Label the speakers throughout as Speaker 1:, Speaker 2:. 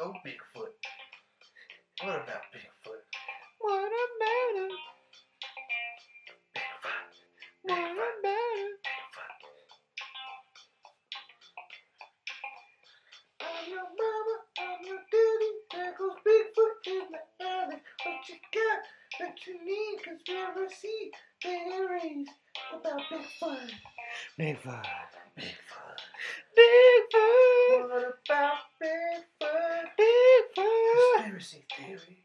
Speaker 1: Oh, Bigfoot. What about Bigfoot?
Speaker 2: What about him?
Speaker 1: Bigfoot.
Speaker 2: What about him?
Speaker 1: Bigfoot.
Speaker 2: I'm your mama, I'm your daddy. There goes Bigfoot in the alley. What you got that you need? Conspiracy theories about Bigfoot. Bigfoot.
Speaker 1: Bigfoot.
Speaker 2: Bigfoot.
Speaker 1: What about Bigfoot?
Speaker 2: Bigfoot.
Speaker 1: Conspiracy theory.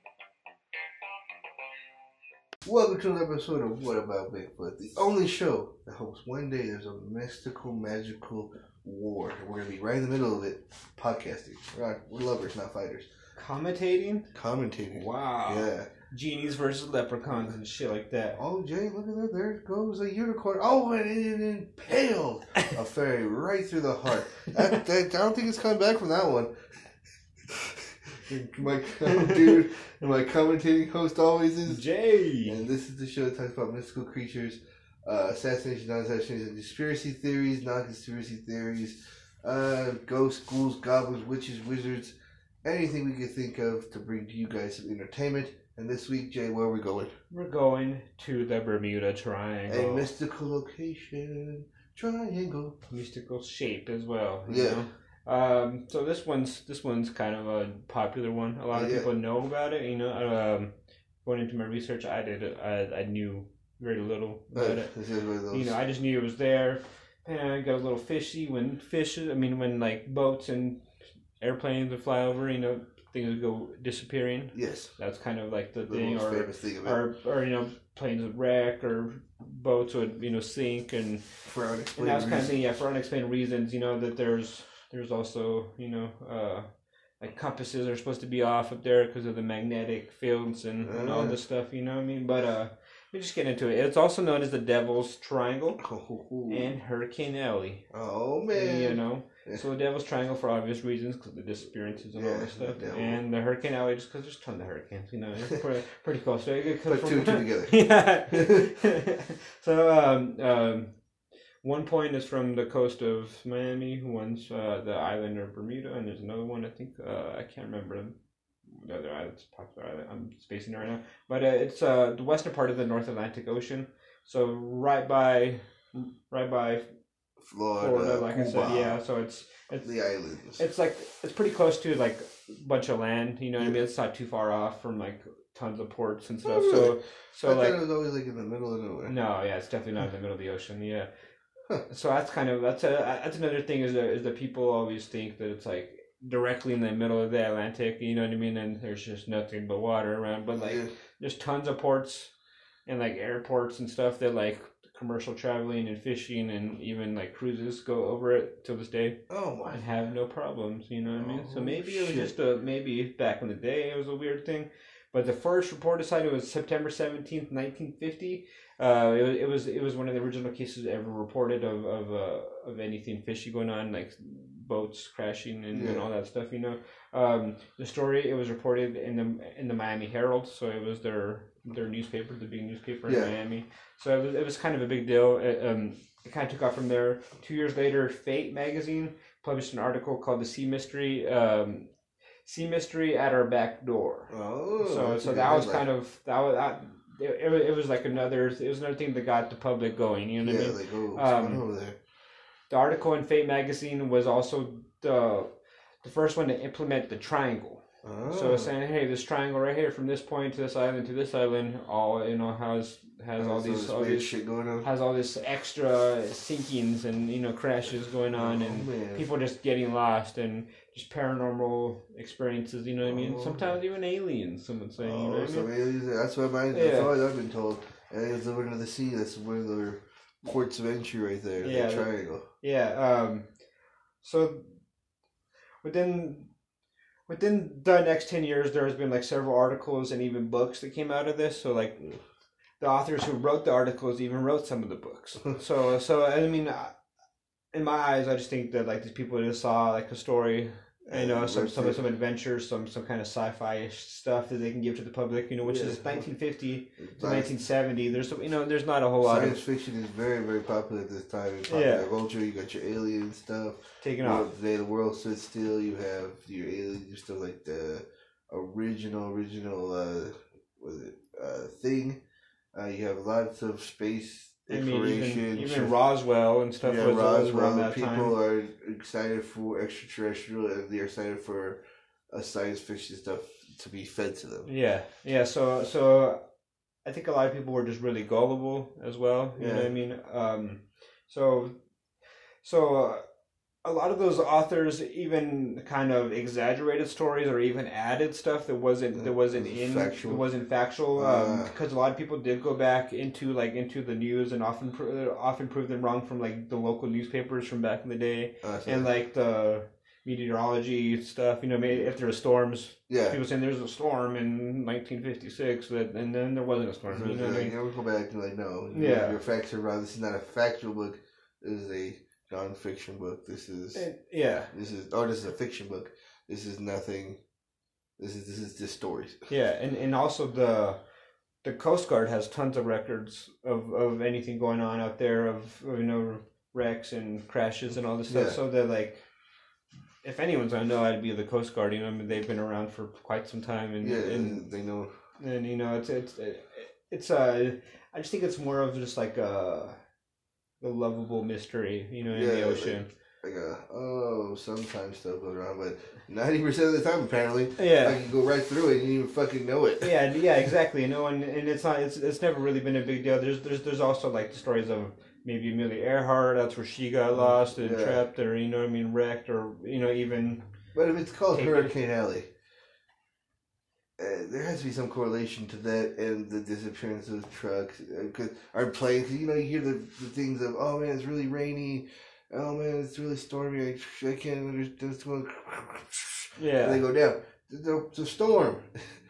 Speaker 1: Welcome to an episode of What About Bigfoot, the only show that hopes one day there's a mystical, magical war. And we're going to be right in the middle of it, podcasting. We're, not, we're lovers, not fighters.
Speaker 3: Commentating?
Speaker 1: Commentating.
Speaker 3: Wow.
Speaker 1: Yeah.
Speaker 3: Genies versus leprechauns and shit like that.
Speaker 1: Oh, Jay, look at that. There goes a unicorn. Oh, and it impaled a fairy right through the heart. That, that, I don't think it's coming back from that one. my com- dude, my commentating host always is.
Speaker 3: Jay!
Speaker 1: And this is the show that talks about mystical creatures, uh, assassinations, non assassinations, and conspiracy theories, non conspiracy theories, uh, ghosts, ghouls, goblins, witches, wizards, anything we could think of to bring to you guys some entertainment. And this week, Jay, where are we going?
Speaker 3: We're going to the Bermuda
Speaker 1: a
Speaker 3: Triangle.
Speaker 1: mystical location triangle.
Speaker 3: mystical shape as well.
Speaker 1: Yeah.
Speaker 3: know? Um, so this one's this one's kind of a popular one. A lot of
Speaker 1: Yeah.
Speaker 3: people know about it. You know, um, going into my research, I did. I, I knew very little
Speaker 1: Uh,
Speaker 3: about it.
Speaker 1: this is one of those.
Speaker 3: You know, I just knew it was there. And I got a little fishy when fishes. I mean, when like boats and airplanes would fly over. You know, things would go disappearing.
Speaker 1: yes,
Speaker 3: That's kind of like the
Speaker 1: the
Speaker 3: thing.
Speaker 1: most
Speaker 3: Or
Speaker 1: famous thing of it.
Speaker 3: or or you know, planes would wreck or boats would you know sink and
Speaker 1: for
Speaker 3: and that
Speaker 1: unexplained
Speaker 3: was kind of
Speaker 1: reasons.
Speaker 3: thing, yeah, for unexplained reasons, you know, that there's there's also, you know, uh, like compasses are supposed to be off up there because of the magnetic fields and, and all
Speaker 1: Ah.
Speaker 3: this stuff, you know what I mean? But uh, we just get into it. It's also known as the Devil's Triangle
Speaker 1: Oh,
Speaker 3: and Hurricane Alley,
Speaker 1: oh man,
Speaker 3: you know.
Speaker 1: Yeah.
Speaker 3: So the Devil's Triangle for obvious reasons because the disappearances and all
Speaker 1: Yeah,
Speaker 3: that stuff,
Speaker 1: the devil.
Speaker 3: and the Hurricane Alley just because there's tons of hurricanes, you know, it's pretty, pretty cool. So it could come
Speaker 1: put two and two
Speaker 3: from-
Speaker 1: together.
Speaker 3: yeah. so um, um, one point is from the coast of Miami. One's uh, the island of Bermuda, and there's another one. I think uh, I can't remember the other island. It's a popular island. I'm spacing it right now, but uh, it's uh, the western part of the North Atlantic Ocean. So right by, right by
Speaker 1: Florida,
Speaker 3: Florida, like I
Speaker 1: uh, Cuba,
Speaker 3: said, yeah. So it's it's
Speaker 1: the islands.
Speaker 3: it's like it's pretty close to like a bunch of land. You know what I mean? It's not too far off from like tons of ports and stuff.
Speaker 1: Mm-hmm.
Speaker 3: So
Speaker 1: I
Speaker 3: so
Speaker 1: thought
Speaker 3: like
Speaker 1: it was always like in the middle of nowhere.
Speaker 3: no, yeah, it's definitely not in the middle of the ocean. Yeah.
Speaker 1: Huh.
Speaker 3: So that's kind of that's a that's another thing is that, is that people always think that it's like directly in the middle of the Atlantic, you know what I mean? And there's just nothing but water around, but like
Speaker 1: Yeah.
Speaker 3: there's tons of ports and like airports and stuff that like commercial traveling and fishing and even like cruises go over it to this day
Speaker 1: oh my,
Speaker 3: and have no problems. You know what I mean? So
Speaker 1: Oh,
Speaker 3: maybe it was
Speaker 1: shit.
Speaker 3: just a maybe back in the day it was a weird thing, but the first reported sighting was September seventeenth, nineteen fifty. Uh, it, wa- it was it was one of the original cases ever reported of of uh, of anything fishy going on, like boats crashing and, and
Speaker 1: Yeah.
Speaker 3: all that stuff. You know, um, the story it was reported in the in the Miami Herald, so it was their their newspaper, the big newspaper in
Speaker 1: Yeah.
Speaker 3: Miami. So it was, it was kind of a big deal. It, um, it kind of took off from there. Two years later, Fate magazine published an article called "The Sea Mystery." Um, sea mystery at our back door.
Speaker 1: oh,
Speaker 3: so, so that was kind of that was that, it, it was- it was like another it was another thing that got the public going. You know what
Speaker 1: yeah,
Speaker 3: I mean?
Speaker 1: like oh, what's
Speaker 3: Um,
Speaker 1: going on over there?
Speaker 3: The article in Fate magazine was also the the first one to implement the triangle.
Speaker 1: Oh.
Speaker 3: So it's saying, hey, this triangle right here, from this point to this island to this island, all you know has has all
Speaker 1: So
Speaker 3: these
Speaker 1: this
Speaker 3: all
Speaker 1: weird
Speaker 3: these
Speaker 1: shit going on.
Speaker 3: has all this extra sinkings and you know crashes going on
Speaker 1: oh,
Speaker 3: and
Speaker 1: man.
Speaker 3: people just getting lost and just paranormal experiences. You know what I mean?
Speaker 1: Oh.
Speaker 3: Sometimes even aliens. Someone saying, you know
Speaker 1: Oh,
Speaker 3: what I
Speaker 1: so
Speaker 3: mean?
Speaker 1: aliens, that's what my, that's
Speaker 3: Yeah.
Speaker 1: always I've been told. Aliens live under the sea. That's one of their ports of entry right there. Yeah,
Speaker 3: Yeah,
Speaker 1: the
Speaker 3: that-
Speaker 1: triangle.
Speaker 3: Yeah. Um, so within within the next ten years, there has been like several articles and even books that came out of this. So like. The authors who wrote the articles even wrote some of the books. uh, So, so I mean, I- in my eyes, I just think that like these people just saw like a story you know, some some
Speaker 1: Versus-
Speaker 3: some adventures, some some kind of sci-fi stuff that they can give to the public. You know, which
Speaker 1: Yeah.
Speaker 3: is 1950 to
Speaker 1: Like,
Speaker 3: 1970. There's some- you know, there's not a whole lot
Speaker 1: science
Speaker 3: of
Speaker 1: fiction is very, very popular at this time in popular
Speaker 3: Yeah.
Speaker 1: culture. You got your alien stuff.
Speaker 3: taking
Speaker 1: You know,
Speaker 3: off.
Speaker 1: today the world stood still. You have your alien. You still like the original, original. Uh, was it uh, thing? Uh, you have lots of space
Speaker 3: I mean,
Speaker 1: exploration.
Speaker 3: even,
Speaker 1: shit-
Speaker 3: even Roswell and stuff
Speaker 1: yeah,
Speaker 3: was was around
Speaker 1: Roswell.
Speaker 3: that
Speaker 1: People
Speaker 3: time.
Speaker 1: are excited for extraterrestrial, and they're excited for uh, science fiction stuff to be fed to them.
Speaker 3: Yeah, yeah. So, so I think a lot of people were just really gullible as well. You know what I
Speaker 1: Yeah.
Speaker 3: mean? Um, so, so uh, a lot of those authors even kind of exaggerated stories or even added stuff that wasn't that wasn't
Speaker 1: Wasn't
Speaker 3: in
Speaker 1: factual.
Speaker 3: that wasn't factual.
Speaker 1: Uh.
Speaker 3: Because a lot of people did go back into like into the news and often pro- often proved them wrong from like the local newspapers from back in the day
Speaker 1: Uh, so-
Speaker 3: and like the meteorology stuff. You know, maybe if there were storms
Speaker 1: yeah.
Speaker 3: people saying there's a storm in 1956 that and then there wasn't a storm
Speaker 1: So
Speaker 3: you
Speaker 1: it's
Speaker 3: know what I
Speaker 1: like,
Speaker 3: mean?
Speaker 1: yeah, we'll go back and like, no,
Speaker 3: Yeah.
Speaker 1: your, your facts are wrong. This is not a factual book. This is a non-fiction book. This is
Speaker 3: And- yeah
Speaker 1: this is oh, this is a fiction book. This is nothing. This is this is just stories.
Speaker 3: yeah and and also the the coast guard has tons of records of of anything going on out there of you know wrecks and crashes and all this stuff
Speaker 1: Yeah.
Speaker 3: so they're like if anyone's gonna know i'd be the coast guard you know I mean, they've been around for quite some time and
Speaker 1: Yeah,
Speaker 3: and
Speaker 1: they know.
Speaker 3: and you know it's it's it's uh i just think it's more of just like a the lovable mystery you know in the
Speaker 1: Yeah, like-
Speaker 3: ocean
Speaker 1: Like uh oh, sometimes stuff goes wrong, but ninety percent of the time, apparently,
Speaker 3: yeah
Speaker 1: like you go right through it, and you didn't even fucking know it.
Speaker 3: yeah, and- yeah, exactly. No, and and it's not. It's it's never really been a big deal. There's there's there's also like the stories of maybe Amelia Earhart. That's where she got lost and
Speaker 1: Mm-hmm. Yeah.
Speaker 3: trapped, or you know, what I mean, wrecked, or you know, even
Speaker 1: But if it's called
Speaker 3: Take it.
Speaker 1: Hurricane Alley, uh, there has to be some correlation to that and the disappearance of trucks uh, 'cause or planes. 'Cause, you know, you hear the, the things of, oh man, it's really rainy. Oh man, it's really stormy. I, I can't understand what's going. And they
Speaker 3: yeah,
Speaker 1: go down. The, the storm.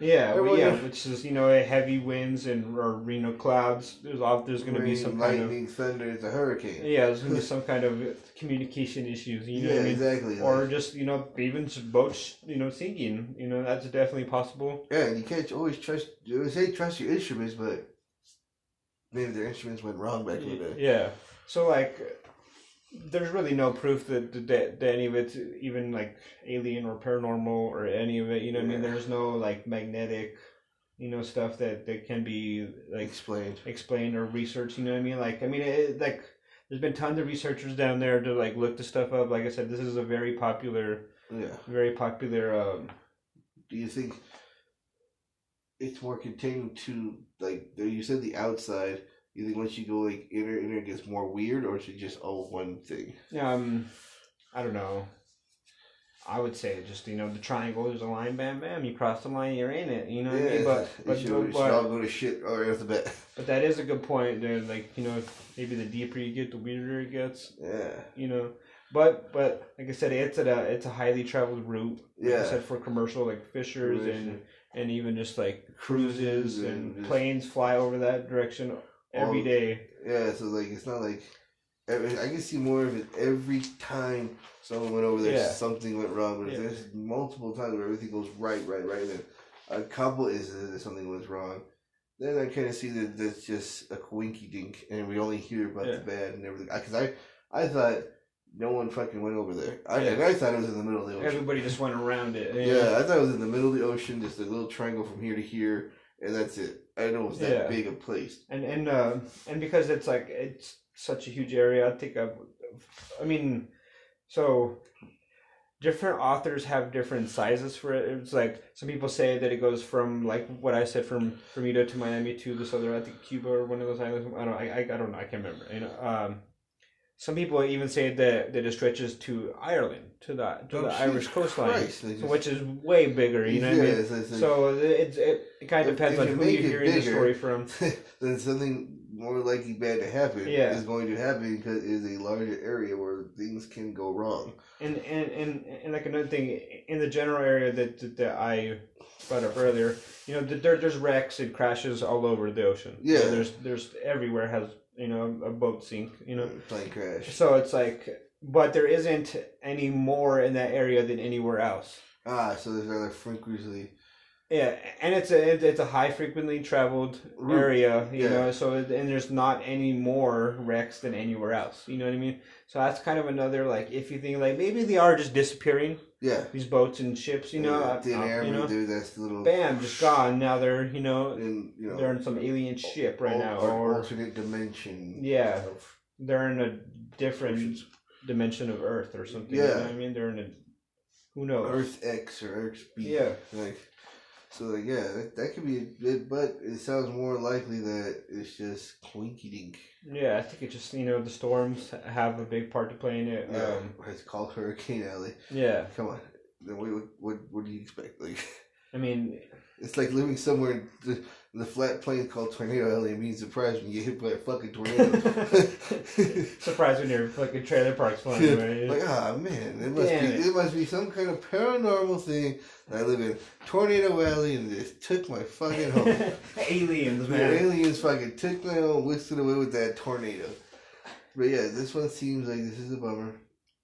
Speaker 3: yeah, well,
Speaker 1: Everyone-
Speaker 3: yeah. Which is you know, heavy winds and or you know, clouds. There's all there's going to be
Speaker 1: Rain,
Speaker 3: some kind of
Speaker 1: lightning, thunder. It's a hurricane.
Speaker 3: yeah, there's going to be some kind of communication issues. You know,
Speaker 1: Yeah,
Speaker 3: what I mean?
Speaker 1: exactly.
Speaker 3: or
Speaker 1: Like,
Speaker 3: just you know, even just boats you know sinking. You know, that's definitely possible.
Speaker 1: yeah, you can't always trust. You always say trust your instruments, but maybe their instruments went wrong back in the day.
Speaker 3: Yeah. So like, there's really no proof that that, that any of it's even like alien or paranormal or any of it. You know, what I mean,
Speaker 1: Yeah.
Speaker 3: there's no like magnetic, you know, stuff that that can be like
Speaker 1: Explained.
Speaker 3: explained or researched. You know what I mean? Like, I mean, it, like there's been tons of researchers down there to like look the stuff up. Like I said, this is a very popular,
Speaker 1: Yeah.
Speaker 3: very popular. um
Speaker 1: do you think it's more contained to like you said the outside you think once you go like inner inner it gets more weird or is it just all one thing
Speaker 3: Um, I don't know. I would say just you know the triangle. There's a line, bam, bam. You cross the line, you're in it. You know what I mean? But
Speaker 1: it
Speaker 3: but,
Speaker 1: should,
Speaker 3: but,
Speaker 1: it should
Speaker 3: but,
Speaker 1: all go to shit right off the bat
Speaker 3: but that is a good point. There, like you know, maybe the deeper you get, the weirder it gets.
Speaker 1: yeah
Speaker 3: You know, but but like I said, it's at a it's a highly traveled route. Like I
Speaker 1: Yeah.
Speaker 3: said for commercial like fishers and and even just like cruises
Speaker 1: Cruises
Speaker 3: and,
Speaker 1: and just-
Speaker 3: planes fly over that direction every
Speaker 1: All-
Speaker 3: day.
Speaker 1: yeah so like it's not like every, i can see more of it every time someone went over there
Speaker 3: Yeah.
Speaker 1: something went wrong but if
Speaker 3: Yeah.
Speaker 1: there's multiple times where everything goes right right right then a couple instances that something was wrong then I kind of see that that's just a winky dink, and we only hear about
Speaker 3: Yeah.
Speaker 1: the bad and everything. Because I, I thought no one fucking went over there. I,
Speaker 3: Yeah.
Speaker 1: and I thought it was in the middle of the ocean.
Speaker 3: Everybody just went around it.
Speaker 1: yeah. I thought it was in the middle of the ocean, just a little triangle from here to here, and that's it. I didn't know it was that
Speaker 3: Yeah.
Speaker 1: big a place.
Speaker 3: and and uh, and because it's like it's such a huge area, I think I, I mean, so different authors have different sizes for it. It's like some people say that it goes from like what I said from Bermuda to Miami to this other I think Cuba or one of those islands. I don't I, I, I don't know I can't remember. You know, um, some people even say that that it stretches to Ireland to the to
Speaker 1: Oh,
Speaker 3: the
Speaker 1: Jesus
Speaker 3: Irish coastline,
Speaker 1: Christ, they
Speaker 3: so
Speaker 1: just-
Speaker 3: which is way bigger. You know what I mean?
Speaker 1: it's- it's like-
Speaker 3: So it, it, it kind of
Speaker 1: If- if
Speaker 3: depends on
Speaker 1: you
Speaker 3: who
Speaker 1: make
Speaker 3: you're
Speaker 1: it
Speaker 3: hearing the
Speaker 1: bigger,
Speaker 3: story from.
Speaker 1: then something more likely bad to happen
Speaker 3: uh, Yeah.
Speaker 1: is going to happen because it is a larger area where things can go wrong.
Speaker 3: and and and, and like another thing in the general area that that, that I brought up earlier, you know, th- there there's wrecks and crashes all over the ocean.
Speaker 1: Yeah.
Speaker 3: So there's there's everywhere has you know a boat sink. You know,
Speaker 1: Plane crash.
Speaker 3: so it's like but there isn't any more in that area than anywhere else.
Speaker 1: Ah, so there's another frequency.
Speaker 3: Yeah, and it's a it- it's a high frequently traveled
Speaker 1: Route.
Speaker 3: area, you
Speaker 1: Yeah.
Speaker 3: know. So it- and there's not any more wrecks than anywhere else. You know what I mean? So that's kind of another like if you think like maybe they are just disappearing
Speaker 1: Yeah.
Speaker 3: these boats and ships, you know,
Speaker 1: Yeah,
Speaker 3: uh,
Speaker 1: thin
Speaker 3: uh,
Speaker 1: air,
Speaker 3: you
Speaker 1: we
Speaker 3: know,
Speaker 1: do this little.
Speaker 3: bam, just gone. Now they're you know
Speaker 1: And, you know,
Speaker 3: they're in some alien ship right
Speaker 1: al-
Speaker 3: now,
Speaker 1: al-
Speaker 3: or
Speaker 1: alternate dimension.
Speaker 3: Yeah.
Speaker 1: of
Speaker 3: they're in a different
Speaker 1: oceans.
Speaker 3: dimension of Earth or something. you
Speaker 1: Yeah.
Speaker 3: know what I mean, they're in a who knows.
Speaker 1: Earth X or Earth B.
Speaker 3: Oh. Yeah.
Speaker 1: Like, so like yeah, that, that could be a it, but it sounds more likely that it's just clinky dink.
Speaker 3: Yeah, I think it just you know the storms have a big part to play in it.
Speaker 1: Yeah,
Speaker 3: Um,
Speaker 1: it's called Hurricane Alley.
Speaker 3: yeah,
Speaker 1: Come on, then what, what what what do you expect? Like,
Speaker 3: I mean,
Speaker 1: it's like living somewhere in the, the flat plain called Tornado Alley. It means surprise when you get hit by a fucking tornado.
Speaker 3: surprised when you're fucking trailer parks flying
Speaker 1: Yeah,
Speaker 3: away.
Speaker 1: Like, ah, man, it must
Speaker 3: Damn
Speaker 1: be
Speaker 3: it.
Speaker 1: it. must be some kind of paranormal thing that I live in Tornado Alley and just took my fucking home.
Speaker 3: Aliens,
Speaker 1: the
Speaker 3: man.
Speaker 1: aliens fucking took my home, whisked it away with that tornado. But yeah, this one seems like this is a bummer.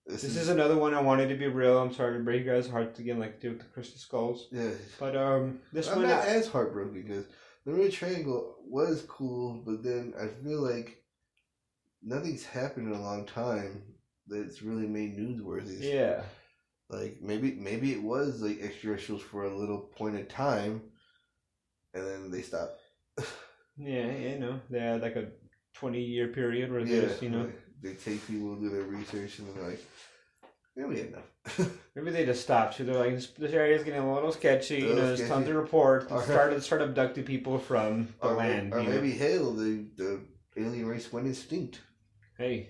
Speaker 1: This,
Speaker 3: This is another one I wanted to be real. I'm sorry to break you guys' hearts again, like do with the crystal skulls.
Speaker 1: yeah.
Speaker 3: But um, this
Speaker 1: I'm
Speaker 3: one,
Speaker 1: not
Speaker 3: I,
Speaker 1: as heartbroken because the Red Triangle was cool, but then I feel like nothing's happened in a long time that's really made newsworthy.
Speaker 3: yeah,
Speaker 1: like maybe maybe it was like extraterrestrials for a little point of time and then they stopped
Speaker 3: yeah, you know, they had like a 20 year period where they just, you know,
Speaker 1: like, they take people do their research and they're like yeah we had enough
Speaker 3: maybe they just stopped. So they're like, this, this area is getting a little sketchy. You
Speaker 1: A
Speaker 3: know,
Speaker 1: little
Speaker 3: there's tons
Speaker 1: sketchy.
Speaker 3: to report. Let's
Speaker 1: Okay.
Speaker 3: start, let's start abducting people from the
Speaker 1: or, may-
Speaker 3: land.
Speaker 1: or
Speaker 3: you know.
Speaker 1: maybe hell the, the alien race went extinct
Speaker 3: hey,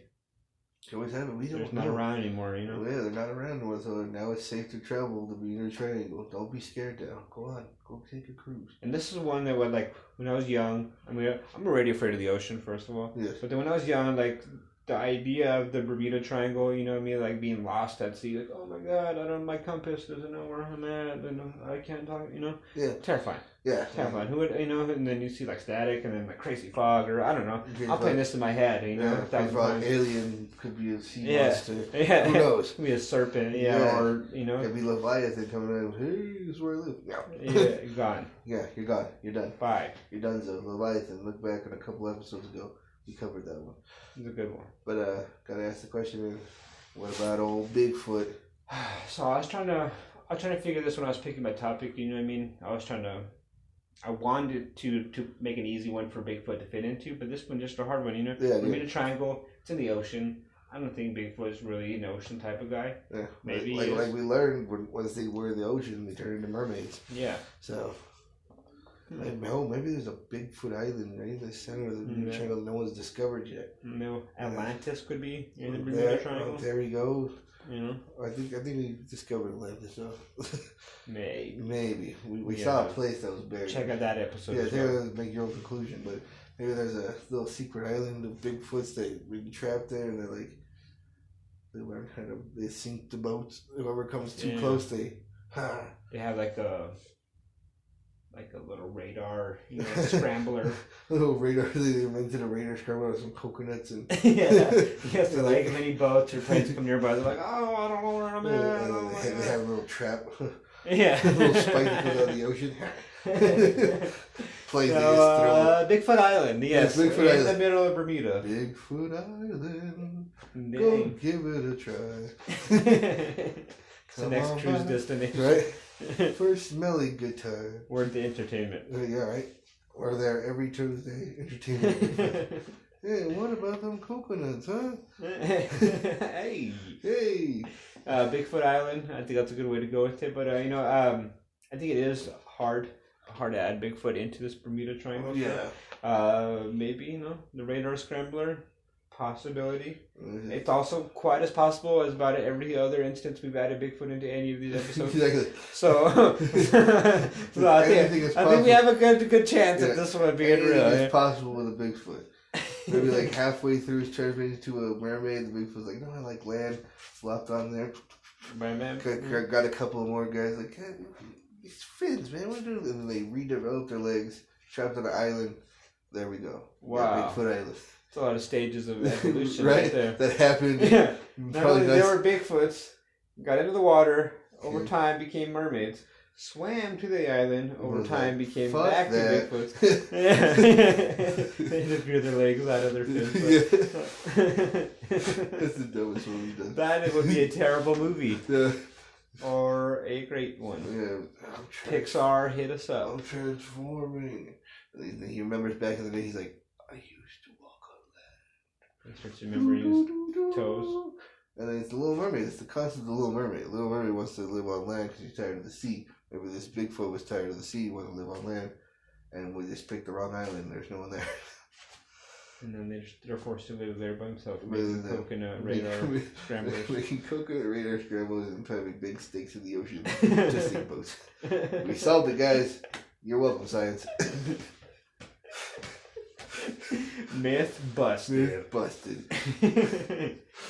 Speaker 1: it always happened we
Speaker 3: there's
Speaker 1: don't
Speaker 3: not
Speaker 1: know
Speaker 3: around anymore. You
Speaker 1: Well,
Speaker 3: know,
Speaker 1: yeah, they're not around anymore, so now it's safe to travel the Bermuda Triangle. Don't be scared now. Go on, go take a cruise.
Speaker 3: and this is one that would like when I was young. I mean, I'm already afraid of the ocean, first of all.
Speaker 1: Yes.
Speaker 3: But then when I was young, like the idea of the Bermuda Triangle, you know what I mean, like being lost at sea, like oh my god, I don't my compass doesn't know where I'm at, and I can't talk, you know,
Speaker 1: Yeah.
Speaker 3: terrifying,
Speaker 1: Yeah.
Speaker 3: terrifying. Who would you know? And then you see like static, and then like crazy fog, or I don't know. I'm playing this in my head, you know,
Speaker 1: Yeah,
Speaker 3: a thousand times.
Speaker 1: alien could be a sea
Speaker 3: Yeah.
Speaker 1: monster.
Speaker 3: yeah,
Speaker 1: Who knows?
Speaker 3: Could be a serpent, yeah,
Speaker 1: Yeah.
Speaker 3: or you know,
Speaker 1: It'd be Leviathan coming in. Hey, this is where I live. No.
Speaker 3: yeah, gone.
Speaker 1: yeah, you're gone. You're done.
Speaker 3: Bye.
Speaker 1: You're done, Zo. Leviathan. Look back on a couple episodes ago. We covered that one.
Speaker 3: It's a good one.
Speaker 1: But, uh, gotta ask the question man, what about old Bigfoot?
Speaker 3: So I was trying to, I was trying to figure this when I was picking my topic. You know what I mean? I was trying to, I wanted to to make an easy one for Bigfoot to fit into, but this one just a hard one. You know,
Speaker 1: Yeah,
Speaker 3: Bermuda Triangle. It's in the ocean. I don't think Bigfoot's really an ocean type of guy.
Speaker 1: Yeah.
Speaker 3: Maybe
Speaker 1: Like,
Speaker 3: he
Speaker 1: like
Speaker 3: is.
Speaker 1: we learned, when, once they were in the ocean, they turned into mermaids.
Speaker 3: Yeah.
Speaker 1: So, like, no, maybe there's a Bigfoot island right in the center of the Bermuda
Speaker 3: Yeah.
Speaker 1: Triangle no one's discovered yet.
Speaker 3: No, Atlantis could be in the
Speaker 1: There-
Speaker 3: Bermuda
Speaker 1: oh,
Speaker 3: Triangle.
Speaker 1: there we go.
Speaker 3: You know,
Speaker 1: I think I think we discovered Atlantis. So.
Speaker 3: maybe.
Speaker 1: Maybe we, we saw a
Speaker 3: Yeah.
Speaker 1: place that was buried.
Speaker 3: Check out that episode.
Speaker 1: Yeah,
Speaker 3: as
Speaker 1: there
Speaker 3: well.
Speaker 1: was make your own conclusion, but maybe there's a little secret island of Bigfoots that been trapped there, and they're like, they learn how to they sink the boats. Whoever comes too
Speaker 3: Yeah.
Speaker 1: close, they ha.
Speaker 3: They have like a, like a little radar, you know, scrambler.
Speaker 1: Little radar. They invented a radar scramble with some coconuts and.
Speaker 3: yeah. Yes,
Speaker 1: They're
Speaker 3: they're
Speaker 1: like-
Speaker 3: like any boats or planes come nearby. They're like, oh, I don't know where I'm
Speaker 1: and
Speaker 3: at. I
Speaker 1: then
Speaker 3: don't know
Speaker 1: they
Speaker 3: where
Speaker 1: uh, have- they
Speaker 3: I'm
Speaker 1: have a little trap,
Speaker 3: at." Yeah.
Speaker 1: a little spike that goes out of the ocean. Plays they
Speaker 3: so,
Speaker 1: just throw
Speaker 3: uh, Bigfoot Island, yes.
Speaker 1: Yes, Bigfoot
Speaker 3: in the
Speaker 1: Island.
Speaker 3: middle of Bermuda.
Speaker 1: Bigfoot Island, go
Speaker 3: Dang.
Speaker 1: give it a try.
Speaker 3: it's the
Speaker 1: Come
Speaker 3: next
Speaker 1: on
Speaker 3: cruise
Speaker 1: back.
Speaker 3: destination.
Speaker 1: Right? First smelly good time.
Speaker 3: We're the entertainment.
Speaker 1: Uh, yeah, right. We're there every Tuesday entertainment. hey, what about them coconuts, huh?
Speaker 3: hey.
Speaker 1: Hey,
Speaker 3: Uh, Bigfoot Island, I think that's a good way to go with it. But, uh, you know, um, I think it is hard hard to add Bigfoot into this Bermuda Triangle. so- Uh, maybe you know the radar scrambler possibility.
Speaker 1: Uh,
Speaker 3: It's also quite as possible as about every other instance we've added Bigfoot into any of these episodes.
Speaker 1: exactly.
Speaker 3: so, so I
Speaker 1: Anything
Speaker 3: think
Speaker 1: is
Speaker 3: I think
Speaker 1: possible.
Speaker 3: we have a good good chance
Speaker 1: Yeah.
Speaker 3: at this one being
Speaker 1: Anything
Speaker 3: real.
Speaker 1: is possible with a Bigfoot. Maybe like halfway through his transformation to a mermaid, the Bigfoot's like, no, I like land. Flopped on there.
Speaker 3: My man.
Speaker 1: Got, got- got a couple more guys like, hey, these fins, man, what do you do? And they redeveloped their legs, trapped on an island. There we go. We got
Speaker 3: Wow,
Speaker 1: Bigfoot Island.
Speaker 3: it's a lot of stages of evolution right,
Speaker 1: right?
Speaker 3: there.
Speaker 1: That happened
Speaker 3: Yeah, Not
Speaker 1: Probably
Speaker 3: only they
Speaker 1: does.
Speaker 3: were Bigfoots, got into the water, over time became mermaids, swam to the island, over
Speaker 1: Was
Speaker 3: time
Speaker 1: like,
Speaker 3: became
Speaker 1: "Fuck
Speaker 3: back
Speaker 1: that."
Speaker 3: to Bigfoots. Yeah. they just grew their legs out of their fins.
Speaker 1: That's the dumbest one we've done.
Speaker 3: that would be a terrible movie
Speaker 1: Yeah.
Speaker 3: or a great one.
Speaker 1: Yeah, I'm, tra-
Speaker 3: Pixar hit us up.
Speaker 1: I'm transforming. And he remembers back in the day, he's like, I used to walk
Speaker 3: He starts
Speaker 1: on
Speaker 3: remembering his- toes.
Speaker 1: And then it's the Little Mermaid. It's the concept of the Little Mermaid. Little Mermaid wants to live on land because she's tired of the sea. Maybe this Bigfoot was tired of the sea, wanted to live on land, and we just picked the wrong island. There's no one there.
Speaker 3: and then they just, they're forced to live there by themselves,
Speaker 1: Rather
Speaker 3: making
Speaker 1: than-
Speaker 3: coconut radar scramblers.
Speaker 1: Making coconut radar scramblers and having big stakes in the ocean. just in boats. We solved it, guys. You're welcome, science.
Speaker 3: Myth busted.
Speaker 1: Myth busted.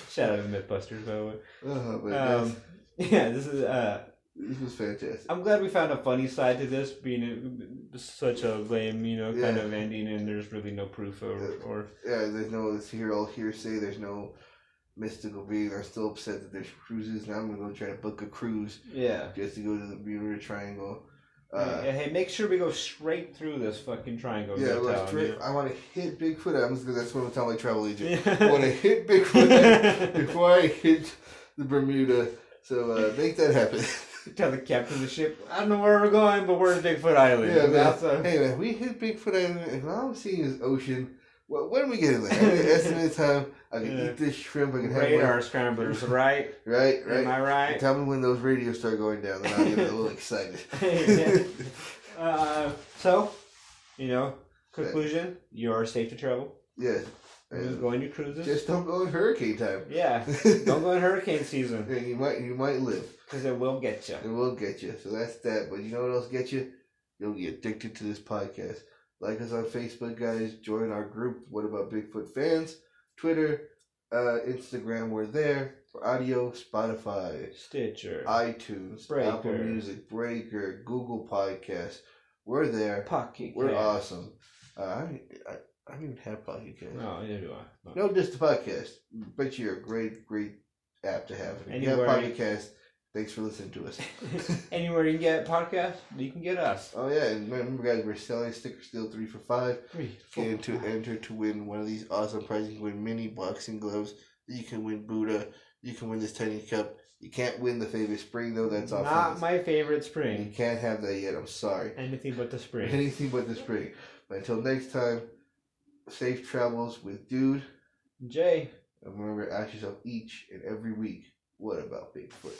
Speaker 3: Shout out to Mythbusters, by the way.
Speaker 1: Uh, but
Speaker 3: Um, yeah, this is. Uh,
Speaker 1: this, this was fantastic.
Speaker 3: I'm glad we found a funny side to this, being a, such a lame, you know, kind
Speaker 1: Yeah.
Speaker 3: of ending, and there's really no proof or,
Speaker 1: Yeah.
Speaker 3: or
Speaker 1: Yeah, uh, there's no it's here all hearsay. There's no mystical being. I'm still upset that there's cruises. Now I'm gonna go try to book a cruise
Speaker 3: yeah.
Speaker 1: just to go to the Bermuda Triangle. Uh,
Speaker 3: Yeah, hey, make sure we go straight through this fucking triangle.
Speaker 1: yeah,
Speaker 3: no
Speaker 1: well,
Speaker 3: town,
Speaker 1: straight- I want to hit Bigfoot. I'm just gonna that's what I'm telling my travel agent. I want to
Speaker 3: yeah.
Speaker 1: hit Bigfoot before I hit the Bermuda. So uh, make that happen.
Speaker 3: Tell the captain of the ship, I don't know where we're going, but we're in Bigfoot Island.
Speaker 1: Yeah, man.
Speaker 3: that's a-
Speaker 1: hey man, we hit Bigfoot Island, and all I'm seeing is ocean. Well, when we get in there, I'm gonna estimate time. I can
Speaker 3: Yeah.
Speaker 1: eat this shrimp. I can have
Speaker 3: radar
Speaker 1: one.
Speaker 3: scramblers, right?
Speaker 1: Right, right.
Speaker 3: Am I right?
Speaker 1: Tell me when those radios start going down, then I'll get a little excited.
Speaker 3: Yeah. Uh, so, you know, conclusion: you are safe to travel.
Speaker 1: yeah.
Speaker 3: Just
Speaker 1: And
Speaker 3: go on your cruises.
Speaker 1: Just don't go in hurricane time.
Speaker 3: yeah, don't go in hurricane season
Speaker 1: And you might you might live.
Speaker 3: because it will get you.
Speaker 1: It will get you. So that's that. But you know what else gets you? You'll get addicted to this podcast. Like us on Facebook, guys. Join our group. What about Bigfoot fans? Twitter, uh, Instagram. We're there for audio. Spotify,
Speaker 3: Stitcher,
Speaker 1: iTunes, Apple
Speaker 3: Breaker.
Speaker 1: Music, Breaker, Google Podcasts. We're there.
Speaker 3: Pocket.
Speaker 1: We're
Speaker 3: Cast.
Speaker 1: awesome. Uh, I, I I don't even have Pocket Cast.
Speaker 3: No, neither do I. But-
Speaker 1: No, just the podcast. But you're a great, great app to have. If you have
Speaker 3: Anywhere.
Speaker 1: podcast, thanks for listening to us.
Speaker 3: Anywhere you can get podcasts, you can get us.
Speaker 1: oh yeah, and remember guys, we're selling stickers still three for five.
Speaker 3: Three, four,
Speaker 1: Get to
Speaker 3: five.
Speaker 1: enter to win one of these awesome prizes. You can win mini boxing gloves. You can win Buddha. You can win this tiny cup. You can't win the favorite spring though. That's off.
Speaker 3: Not
Speaker 1: limits.
Speaker 3: my favorite
Speaker 1: You
Speaker 3: spring.
Speaker 1: can't have that yet. I'm sorry.
Speaker 3: Anything but the spring.
Speaker 1: Anything but the spring. But until next time, safe travels with dude.
Speaker 3: Jay.
Speaker 1: And remember, ask yourself each and every week, what about Bigfoot?